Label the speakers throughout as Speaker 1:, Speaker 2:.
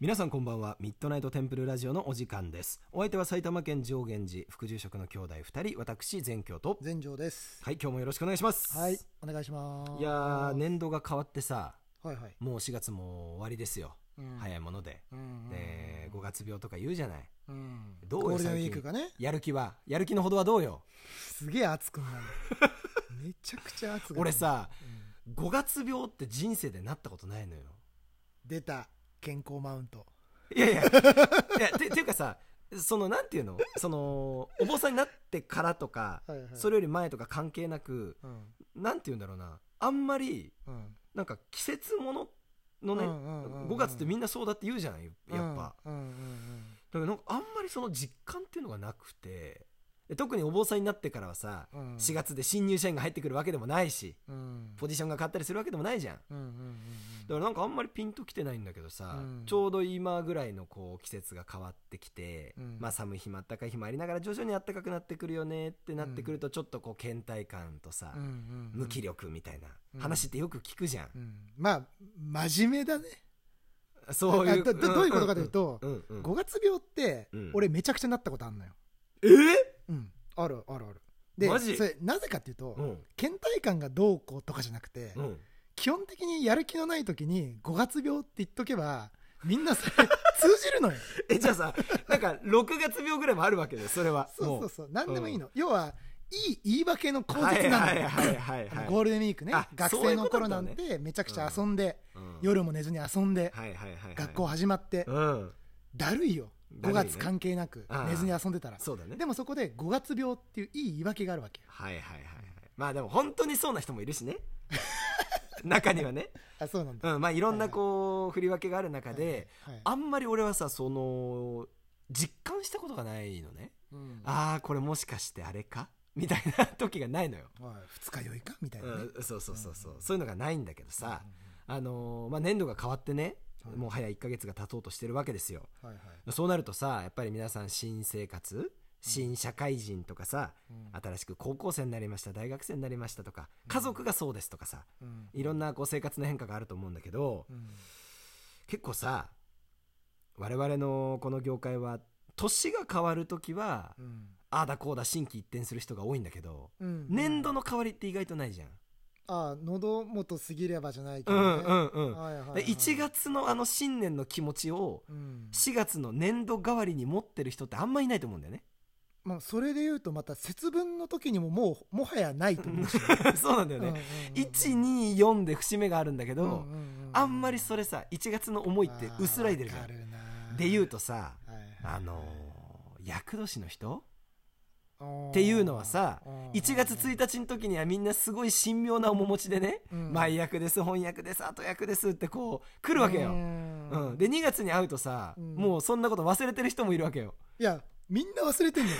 Speaker 1: 皆さんこんばんはミッドナイトテンプルラジオのお時間ですお相手は埼玉県上源寺副住職の兄弟2人私善教と
Speaker 2: 全城です。
Speaker 1: はい今日もよろしくお願いします
Speaker 2: はい、お願いします。
Speaker 1: いやー年度が変わってさ
Speaker 2: はいはい。
Speaker 1: もう4月も終わりですよ、
Speaker 2: うん
Speaker 1: 早いもので、
Speaker 2: うんうん
Speaker 1: で5月病とか言うじゃない
Speaker 2: うん。
Speaker 1: どうよ
Speaker 2: ゴールデンウ
Speaker 1: 最
Speaker 2: ィ
Speaker 1: 近
Speaker 2: ークがね、
Speaker 1: やる気はやる気のほどはどうよ
Speaker 2: すげえ暑くな る。めちゃくちゃ暑くなる。
Speaker 1: 俺、さ、5月病って人生でなったことないのよ
Speaker 2: 出た健康マウント。
Speaker 1: い やいやいやてていうかさそのなんていうのそのお坊さんになってからとか
Speaker 2: はいはい
Speaker 1: それより前とか関係なく
Speaker 2: うん。
Speaker 1: なんていうんだろうなあんまり
Speaker 2: うん。
Speaker 1: なんか季節もののね、
Speaker 2: うんうんうんうん
Speaker 1: 5月ってみんなそうだって言うじゃないやっぱ、だか
Speaker 2: うんうんうん
Speaker 1: らなんかあんまりその実感っていうのがなくてで特にお坊さんになってからはさ、
Speaker 2: うん
Speaker 1: 4月で新入社員が入ってくるわけでもないし
Speaker 2: うん。うん。
Speaker 1: ポジションが変わったりするわけでもないじゃん
Speaker 2: うんうんうん
Speaker 1: だからなんかあんまりピンときてないんだけどさ、
Speaker 2: うん
Speaker 1: ちょうど今ぐらいのこう季節が変わってきて、
Speaker 2: うん
Speaker 1: まあ寒い日もあったかい日もありながら徐々に暖かくなってくるよねってなってくるとちょっとこう倦怠感とさ、
Speaker 2: うん。うんうん。
Speaker 1: 無気。力みたいな
Speaker 2: うん
Speaker 1: 話ってよく聞くじゃん、
Speaker 2: うん。まあ真面目だね。
Speaker 1: そういう
Speaker 2: だだどういうことかというと、
Speaker 1: んうんうん
Speaker 2: 5月病って
Speaker 1: うん
Speaker 2: 俺めちゃくちゃなったことあんのよ。
Speaker 1: え
Speaker 2: うん。あるあるある。で、
Speaker 1: マジ
Speaker 2: それなぜかっていうと、
Speaker 1: うん
Speaker 2: 倦怠感がどうこうとかじゃなくて、
Speaker 1: うん
Speaker 2: 基本的にやる気のない時に5月病って言っと けばみんなそれ通じるのよ
Speaker 1: えじゃあさなんか6月病ぐらいもあるわけでそれは
Speaker 2: そうそうそう何でもいい
Speaker 1: の
Speaker 2: の、要はいい言い訳の口
Speaker 1: はい
Speaker 2: 実な
Speaker 1: は
Speaker 2: の
Speaker 1: い
Speaker 2: よ
Speaker 1: はいはい
Speaker 2: あ
Speaker 1: は
Speaker 2: の
Speaker 1: い
Speaker 2: ゴールデンウィークね
Speaker 1: あ
Speaker 2: 学
Speaker 1: そうい
Speaker 2: 生
Speaker 1: うこ
Speaker 2: の
Speaker 1: とだ
Speaker 2: 頃
Speaker 1: ね
Speaker 2: なんてめちゃくちゃ遊んで、
Speaker 1: うん
Speaker 2: 夜も寝ずに遊んで、
Speaker 1: はいはいはいはい
Speaker 2: 学校始まって、
Speaker 1: うん
Speaker 2: だるいよ
Speaker 1: だ
Speaker 2: 5
Speaker 1: るいね
Speaker 2: 月関係なく
Speaker 1: ああ
Speaker 2: 寝ずに遊んでたら
Speaker 1: そうだね
Speaker 2: でもそこで5月病っていういい言い訳があるわけよ
Speaker 1: はいはいはいはいまあでも本当にそうな人もいるしね 中にはね、
Speaker 2: あそうなんだ、
Speaker 1: うん、まあいろんなこう振り分けがある中で
Speaker 2: はい
Speaker 1: あんまり俺はさその実感したことがないのね
Speaker 2: うん
Speaker 1: ああこれもしかしてあれかみたいな時がないのよ、
Speaker 2: おい二日酔いかみたいなね、
Speaker 1: うん、そうそうそうそうそういうのがないんだけどさあのーまあ年度が変わってねもう早1ヶ月が経とうとしてるわけですよ
Speaker 2: はいはい
Speaker 1: そうなるとさやっぱり皆さん新生活新社会人とかさ、
Speaker 2: うん
Speaker 1: 新しく高校生になりました大学生になりましたとか家族がそうですとかさ
Speaker 2: うん
Speaker 1: いろんなこう生活の変化があると思うんだけど
Speaker 2: うん
Speaker 1: 結構さ我々のこの業界は年が変わる時は
Speaker 2: うん
Speaker 1: ああだこうだ心機一転する人が多いんだけど
Speaker 2: うん
Speaker 1: 年度の変わりって意外とないじゃん。
Speaker 2: ああ喉元過ぎればじゃないけ
Speaker 1: う
Speaker 2: ど、ね
Speaker 1: んうんうん
Speaker 2: はいはいは
Speaker 1: で
Speaker 2: い
Speaker 1: 1月のあの新年の気持ちを
Speaker 2: うん
Speaker 1: 4月の年度代わりに持ってる人ってあんまいないと思うんだよね。
Speaker 2: まあ、それで言うとまた節分の時にももうもはやないと思うし、
Speaker 1: そうなんだよ
Speaker 2: うんうん
Speaker 1: ね。
Speaker 2: うん
Speaker 1: 124で節目があるんだけど、
Speaker 2: うんうんうん
Speaker 1: あんまりそれさ1月の思いって薄らいでるじゃ
Speaker 2: あ
Speaker 1: ん
Speaker 2: ーわかるなー
Speaker 1: で言うとさ
Speaker 2: はいはい
Speaker 1: あのー厄年の人
Speaker 2: おー
Speaker 1: っていうのはさ
Speaker 2: おー
Speaker 1: 1月1日の時にはみんなすごい神妙な面持ちでね、
Speaker 2: うん
Speaker 1: 前役です本役です後役ですってこう来るわけ
Speaker 2: う
Speaker 1: よ、
Speaker 2: ん
Speaker 1: うん、で2月に会うとさ、
Speaker 2: うん
Speaker 1: もうそんなこと忘れてる人もいるわけよ
Speaker 2: いやみんな忘れてんのよ、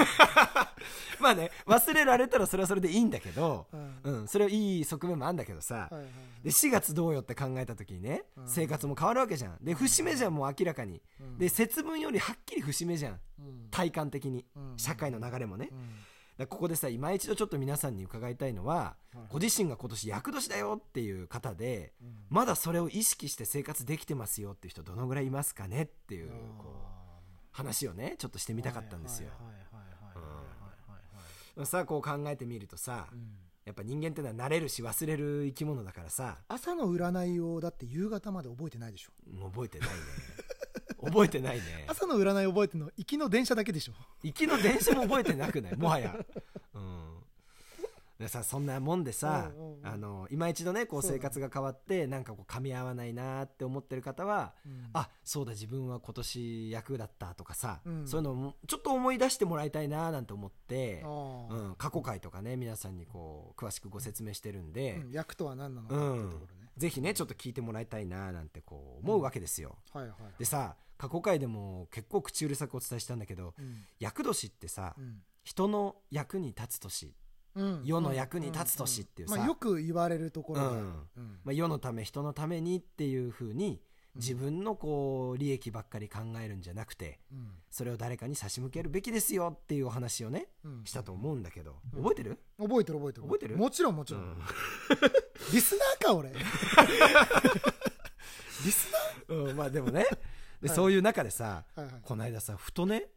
Speaker 1: まあね忘れられたらそれはそれでいいんだけど、
Speaker 2: うん
Speaker 1: うん、それはいい側面もあるんだけどさ、
Speaker 2: はいはい
Speaker 1: で4月どうよって考えた時にね、
Speaker 2: うん
Speaker 1: 生活も変わるわけじゃんで節目じゃんもう明らかに、
Speaker 2: うん
Speaker 1: で節分よりはっきり節目じゃん
Speaker 2: うん
Speaker 1: 体感的に、
Speaker 2: うん
Speaker 1: 社会の流れもね、
Speaker 2: う
Speaker 1: だか
Speaker 2: ん
Speaker 1: らここでさ今一度ちょっと皆さんに伺いたいのは、
Speaker 2: はい
Speaker 1: ご自身が今年厄年だよっていう方で、
Speaker 2: うん
Speaker 1: まだそれを意識して生活できてますよっていう人どのぐらいいますかねっていう
Speaker 2: あー
Speaker 1: こう話をねちょっとしてみたかったんですよ、
Speaker 2: はいはいはいはいはいはいはい
Speaker 1: さあこう考えてみるとさ、
Speaker 2: はいうん
Speaker 1: やっぱ人間ってのは慣れるし忘れる生き物だからさ、
Speaker 2: 朝の占いをだって夕方まで覚えてないでしょ
Speaker 1: 覚えてないね覚えてないね
Speaker 2: 朝の占い覚えてるの行きの電車だけでしょ
Speaker 1: 行きの電車も覚えてなくないもはやうんでさそんなもんでさ、
Speaker 2: うんうんうん
Speaker 1: あの今一度ねこう
Speaker 2: そうだ
Speaker 1: 生
Speaker 2: ね
Speaker 1: 活が変わってなんかこう噛み合わないなーって思ってる方は、
Speaker 2: うん
Speaker 1: あそうだ自分は今年役だったとかさ、
Speaker 2: うん
Speaker 1: そういうのもちょっと思い出してもらいたいなーなんて思って、う
Speaker 2: あ
Speaker 1: ん、過去回とかね皆さんにこう詳しくご説明してるん
Speaker 2: あ、
Speaker 1: で
Speaker 2: う、ん、役とは何なのか
Speaker 1: う
Speaker 2: って
Speaker 1: ん
Speaker 2: いうところね、
Speaker 1: ぜひねちょっと聞いてもらいたいなーなんてこう思うわけですよ。
Speaker 2: はいはいはい
Speaker 1: でさ過去回でも結構口うるさくお伝えしたんだけど
Speaker 2: うん
Speaker 1: 厄年ってさ、
Speaker 2: うん
Speaker 1: 人の役に立つ年、
Speaker 2: うん
Speaker 1: 世の役に立つ年っていうさ
Speaker 2: まあ、よく言われるところだ
Speaker 1: う
Speaker 2: うんん
Speaker 1: まあ、世のため人のためにっていうふうに自分のこう利益ばっかり考えるんじゃなくて
Speaker 2: うん
Speaker 1: それを誰かに差し向けるべきですよっていうお話をね
Speaker 2: うん
Speaker 1: したと思うんだけど覚えてる、
Speaker 2: 覚えてる覚えてる
Speaker 1: 覚えてる
Speaker 2: もちろんもちろん、リスナーか俺リスナー
Speaker 1: うんまあでもねで、
Speaker 2: はい
Speaker 1: そういう中でさ、
Speaker 2: はいはい
Speaker 1: この間さふとね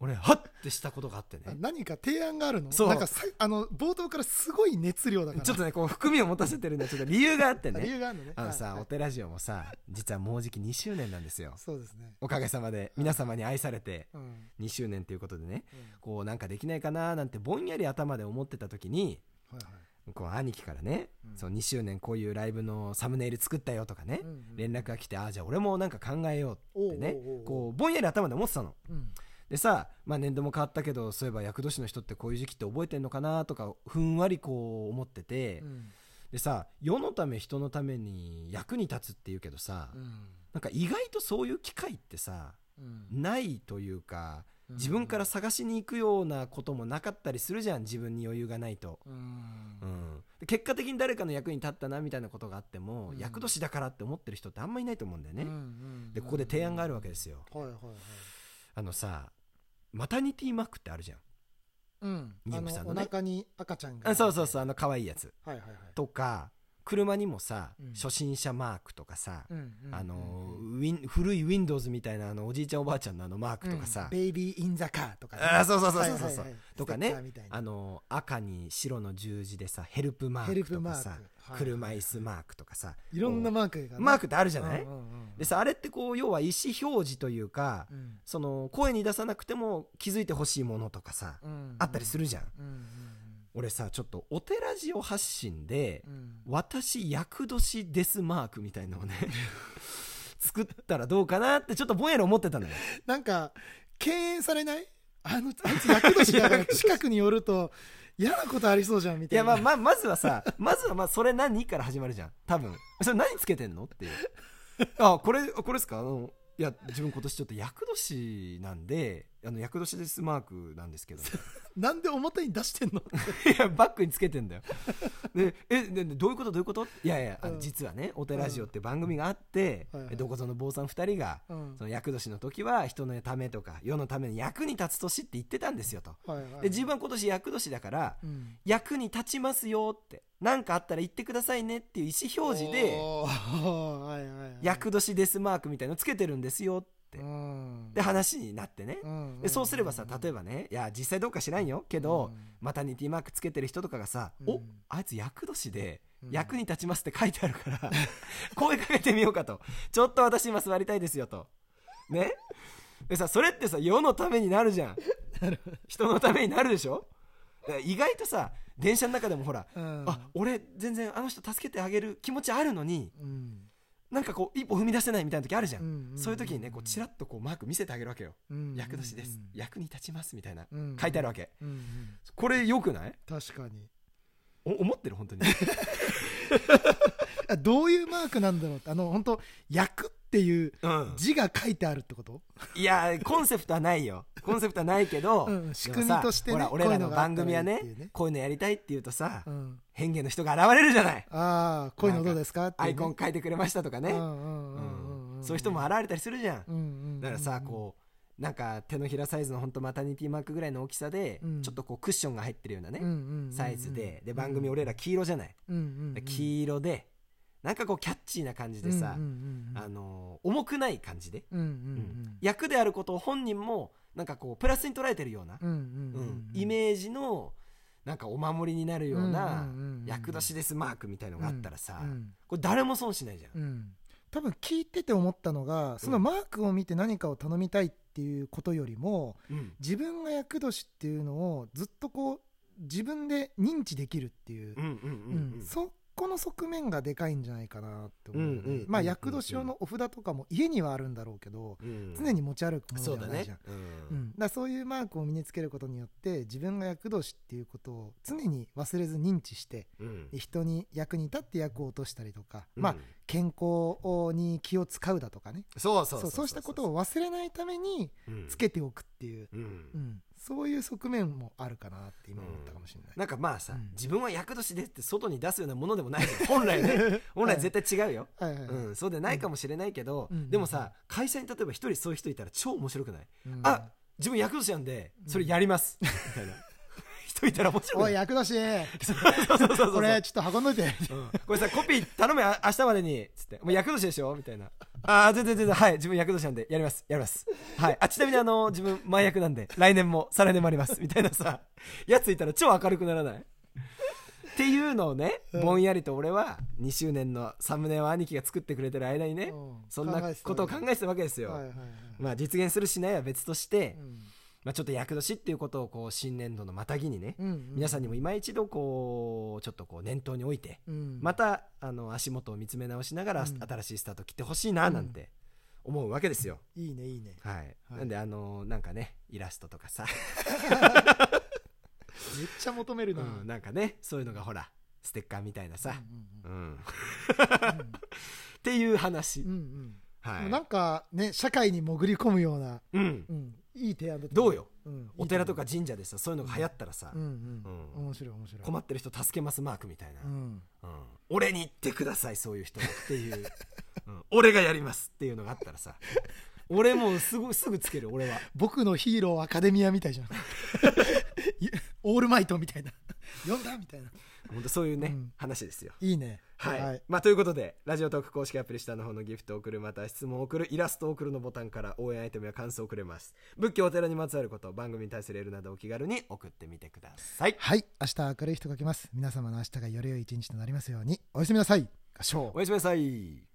Speaker 1: 俺ハッてしたことがあってね
Speaker 2: 何か提案があるの
Speaker 1: そう
Speaker 2: なんかさあの冒頭からすごい熱量だから
Speaker 1: ちょっとねこう含みを持たせてるんでちょっと理由があって
Speaker 2: 理
Speaker 1: ね
Speaker 2: 由があるのね
Speaker 1: あの
Speaker 2: は
Speaker 1: さ
Speaker 2: いは
Speaker 1: お
Speaker 2: い
Speaker 1: 寺ジオもさ実はもうじき2周年なんですよ
Speaker 2: そうですね
Speaker 1: おかげさまで皆様に愛されて
Speaker 2: うん
Speaker 1: 2周年ということでね
Speaker 2: うん
Speaker 1: こうなんかできないかななんてぼんやり頭で思ってた時に
Speaker 2: はいは
Speaker 1: こう兄貴からね、
Speaker 2: うん
Speaker 1: その2周年こういうライブのサムネイル作ったよとかね、
Speaker 2: うんうん
Speaker 1: 連絡が来てああじゃあ俺もなんか考えようってね
Speaker 2: おうおうおうおう
Speaker 1: こうぼんやり頭で思ってたの
Speaker 2: いうん
Speaker 1: でさ、まあ、年度も変わったけどそういえば厄年の人ってこういう時期って覚えてんのかなとかふんわりこう思ってて、
Speaker 2: うん
Speaker 1: でさ世のため人のために役に立つっていうけどさ、
Speaker 2: うん
Speaker 1: なんか意外とそういう機会ってさ
Speaker 2: うん
Speaker 1: ないというか自分から探しに行くようなこともなかったりするじゃん自分に余裕がないと。
Speaker 2: うん
Speaker 1: うん、で結果的に誰かの役に立ったなみたいなことがあっても、
Speaker 2: うん
Speaker 1: 役年だからって思ってる人ってあんまいないと思うんだよね、
Speaker 2: うんうん
Speaker 1: でここで提案があるわけですよ
Speaker 2: はいはいはい
Speaker 1: あのさマタニティマークってあるじゃん、
Speaker 2: うん
Speaker 1: 妊
Speaker 2: あ
Speaker 1: 婦
Speaker 2: の
Speaker 1: さんの
Speaker 2: お
Speaker 1: ね
Speaker 2: 腹に赤ちゃんが
Speaker 1: あそうそう
Speaker 2: う
Speaker 1: そうあの可愛いやつ
Speaker 2: はいはいはい
Speaker 1: とか車にもさ、
Speaker 2: うん
Speaker 1: 初心者マークとかさ、
Speaker 2: うんうん
Speaker 1: あの
Speaker 2: うんうん
Speaker 1: ウィン古い Windows みたいなあのおじいちゃんおばあちゃんのあのマークとかさ、
Speaker 2: ベイビー・イン・ザ・カーとかね
Speaker 1: あーそうそうそうそうそうそう
Speaker 2: はいはいはい
Speaker 1: とかね
Speaker 2: ステッカーみたいな
Speaker 1: あの赤に白の十字でさヘルプマークとかさ
Speaker 2: ヘルプマークはい
Speaker 1: 車椅子マークとかさ、
Speaker 2: いろんな
Speaker 1: こ
Speaker 2: マークが
Speaker 1: う
Speaker 2: ね
Speaker 1: マークってあるじゃない、
Speaker 2: うんうんうん
Speaker 1: でさあれってこう要は意思表示というか、
Speaker 2: うん
Speaker 1: その声に出さなくても気づいてほしいものとかさ、
Speaker 2: うん
Speaker 1: あったりするじゃん
Speaker 2: うん
Speaker 1: 俺さちょっとお寺ジオ発信で
Speaker 2: うんうん
Speaker 1: 「私厄年ですマーク」みたいのを ね作ったらどうかなってちょっとぼんやり思ってたのよ
Speaker 2: なんか敬遠されないあのあいつ役年だから近くに寄ると嫌なことありそうじゃんみ
Speaker 1: い
Speaker 2: たい
Speaker 1: やま
Speaker 2: な
Speaker 1: あまあまずはさ まずはまあそれ何から始まるじゃん多分それ何つけてんの っていうあこれこれですかあのいや自分今年ちょっと厄年なんであの厄年ですマークなんですけど
Speaker 2: なんで表に出してんの
Speaker 1: いやバッグにつけてんだよでえででどういうことどういうこといやいやあの、
Speaker 2: うん
Speaker 1: 実はね「お寺ラジオ」って番組があって、
Speaker 2: うんはいはい
Speaker 1: どこぞの坊さん2人が、
Speaker 2: うん
Speaker 1: その厄年の時は人のためとか世のために役に立つ年って言ってたんですよと
Speaker 2: はいはいはい
Speaker 1: で自分は今年厄年だから、
Speaker 2: うん
Speaker 1: 役に立ちますよって何かあったら言ってくださいねっていう意思表示で
Speaker 2: おーはいはいはい
Speaker 1: 「厄年ですマーク」みたいのつけてるんですよって、
Speaker 2: うん
Speaker 1: で話になってね、
Speaker 2: うん
Speaker 1: でそうすればさ例えばねいや実際どうか知らんよけど、
Speaker 2: うん
Speaker 1: マタニティマークつけてる人とかがさ、
Speaker 2: うん
Speaker 1: おあいつ厄年で
Speaker 2: うん
Speaker 1: 役に立ちますって書いてあるから 声かけてみようかとちょっと私今座りたいですよとねでさそれってさ世のためになるじ ゃん人のためになるでしょだから意外とさ電車の中でもほら、
Speaker 2: うん
Speaker 1: あ俺全然あの人助けてあげる気持ちあるのに
Speaker 2: うん
Speaker 1: なんかこう一歩踏み出せないみたいな時あるじゃん,、
Speaker 2: うんうんうん
Speaker 1: そういう時にねこうチラッとこうマーク見せてあげるわけよ、
Speaker 2: うん
Speaker 1: 役年です、役に立ちますみたいな、
Speaker 2: うん
Speaker 1: 書いてあるわけ
Speaker 2: うんうん
Speaker 1: これよくない
Speaker 2: 確かに
Speaker 1: お思ってる本当に
Speaker 2: あどういうマークなんだろうってあの本当役って いう
Speaker 1: うん
Speaker 2: 字が書いてあるってこと
Speaker 1: いやコンセプトはないよコンセプトはないけど、
Speaker 2: うん
Speaker 1: でもさ
Speaker 2: 仕組みとしてね
Speaker 1: ほら俺らの
Speaker 2: こういうのがあ
Speaker 1: 番
Speaker 2: ったら
Speaker 1: 組はね
Speaker 2: いいっていうね
Speaker 1: こういうのやりたいって言うとさ、
Speaker 2: うん
Speaker 1: 変化の人が現れるじゃない
Speaker 2: ああこういうのどうですかっていう
Speaker 1: ア
Speaker 2: ね
Speaker 1: イコン変えてくれましたとかね、
Speaker 2: うんうんうんうん
Speaker 1: うんんそういう人も現れたりするじゃん、
Speaker 2: うんうんうん
Speaker 1: だからさこうなんか手のひらサイズの本当マタニティマークぐらいの大きさで、
Speaker 2: うん
Speaker 1: ちょっとこうクッションが入ってるようなね、
Speaker 2: うんうんうんうん
Speaker 1: サイズでで番組俺ら黄色じゃない、
Speaker 2: うんうんうん
Speaker 1: 黄色でなんかこうキャッチーな感じでさ、
Speaker 2: うんうんうん
Speaker 1: あのー重くない感じで、
Speaker 2: うんうん
Speaker 1: うん役であることを本人もなんかこうプラスに捉えてるような、
Speaker 2: うんうん
Speaker 1: う
Speaker 2: うんん
Speaker 1: イメージのなんかお守りになるような
Speaker 2: うんうんうんうん
Speaker 1: 役年ですマークみたいのがあったらさ、
Speaker 2: うん
Speaker 1: これ誰も損しないじゃん、
Speaker 2: うん多分聞いてて思ったのがそのマークを見て何かを頼みたいっていうことよりも
Speaker 1: うん
Speaker 2: 自分が厄年っていうのをずっとこう自分で認知できるっていう
Speaker 1: うんうんうんうん
Speaker 2: うんそこの側面がでかいんじゃないかなって思う
Speaker 1: う
Speaker 2: よね、
Speaker 1: んうんうん
Speaker 2: まあ厄年用のお札とかも家にはあるんだろうけど、
Speaker 1: うん
Speaker 2: 常に持ち歩くもの
Speaker 1: そう
Speaker 2: で
Speaker 1: だ
Speaker 2: はない
Speaker 1: ね
Speaker 2: じゃん、
Speaker 1: うん
Speaker 2: うん、だからそういうマークを身につけることによって自分が厄年っていうことを常に忘れず認知して
Speaker 1: うん
Speaker 2: 人に役に立って役を落としたりとか、
Speaker 1: うん
Speaker 2: まあ健康に気を使うだとかね
Speaker 1: そうそ
Speaker 2: そううそうしたことを忘れないためにつけておくっていう、
Speaker 1: うん、
Speaker 2: うん、そういう側面もあるかなって今思ったかもしれない、
Speaker 1: なんかまあさ、
Speaker 2: うん
Speaker 1: 自分は厄年でって外に出すようなものでもない じゃん本来ね本来絶対違うよ、
Speaker 2: はいはいはい
Speaker 1: うん、そうでないかもしれないけど、
Speaker 2: うん
Speaker 1: でもさ会社に例えば一人そういう人いたら超面白くない、
Speaker 2: うん
Speaker 1: あ自分厄年なんでそれやります、みた いな人いたら面白く
Speaker 2: お
Speaker 1: ないい
Speaker 2: 厄年
Speaker 1: そうそうそうそう
Speaker 2: これちょっと運んどいて
Speaker 1: うんこれさコピー頼めあ明日までにつってもう厄年でしょみたいなああ、全然全然、はい、自分役年なんで、やります、やります。はい。あ、ちなみにあの、自分、前役なんで、来年も、再来年もあります、みたいなさ、やついたら超明るくならないっていうのをね、ぼんやりと俺は、2周年のサムネを兄貴が作ってくれてる間にね、
Speaker 2: うん
Speaker 1: そんなことを考
Speaker 2: 考え
Speaker 1: えてたわけですよ。
Speaker 2: はいはいはい
Speaker 1: まあ、実現するしないは別として、
Speaker 2: うん
Speaker 1: まあ、ちょっと役年っていうことを、こう、新年度のまたぎにね、
Speaker 2: うんうん
Speaker 1: 皆さんにも今一度、こう、ちょっとこう、念頭に置いて、
Speaker 2: うん
Speaker 1: またあの足元を見つめ直しながら、
Speaker 2: うん
Speaker 1: 新しいスタート切ってほしいななんて思うわけですよ、
Speaker 2: いいねいいね
Speaker 1: はい、
Speaker 2: はい
Speaker 1: なんであのなんかねイラストとかさ、
Speaker 2: めっちゃ求めるなう
Speaker 1: うん
Speaker 2: ん
Speaker 1: なんかねそういうのがほらステッカーみたいなさ、うんっていう話、
Speaker 2: うんうんうん
Speaker 1: は
Speaker 2: で
Speaker 1: い
Speaker 2: もなんかね社会に潜り込むような
Speaker 1: うん、
Speaker 2: うんいい提案だと
Speaker 1: ど
Speaker 2: 思
Speaker 1: うよ
Speaker 2: うん
Speaker 1: お寺とか神社でさそういうのが流行ったらさ、
Speaker 2: うんうん
Speaker 1: うん
Speaker 2: 面白い面白い
Speaker 1: 困ってる人助けますマークみたいな、
Speaker 2: うん
Speaker 1: うん俺に言ってくださいそういう人っていう、うん俺がやりますっていうのがあったら さ俺もうすぐすぐつける俺は
Speaker 2: 僕のヒーローアカデミアみたいじゃん いオールマイトみたいな呼んだみたいな
Speaker 1: 本当そういうね、
Speaker 2: うん
Speaker 1: 話ですよ
Speaker 2: いいね
Speaker 1: はい、まあ、ということでラジオトーク公式アプリ下の方のギフトを送るまたは質問を送るイラストを送るのボタンから応援アイテムや感想を送れます仏教お寺にまつわること番組に対するエールなどお気軽に送ってみてください
Speaker 2: はい明日明るい人が来ます皆様の明日がより良い一日となりますようにおやすみなさい合唱
Speaker 1: おやすみなさい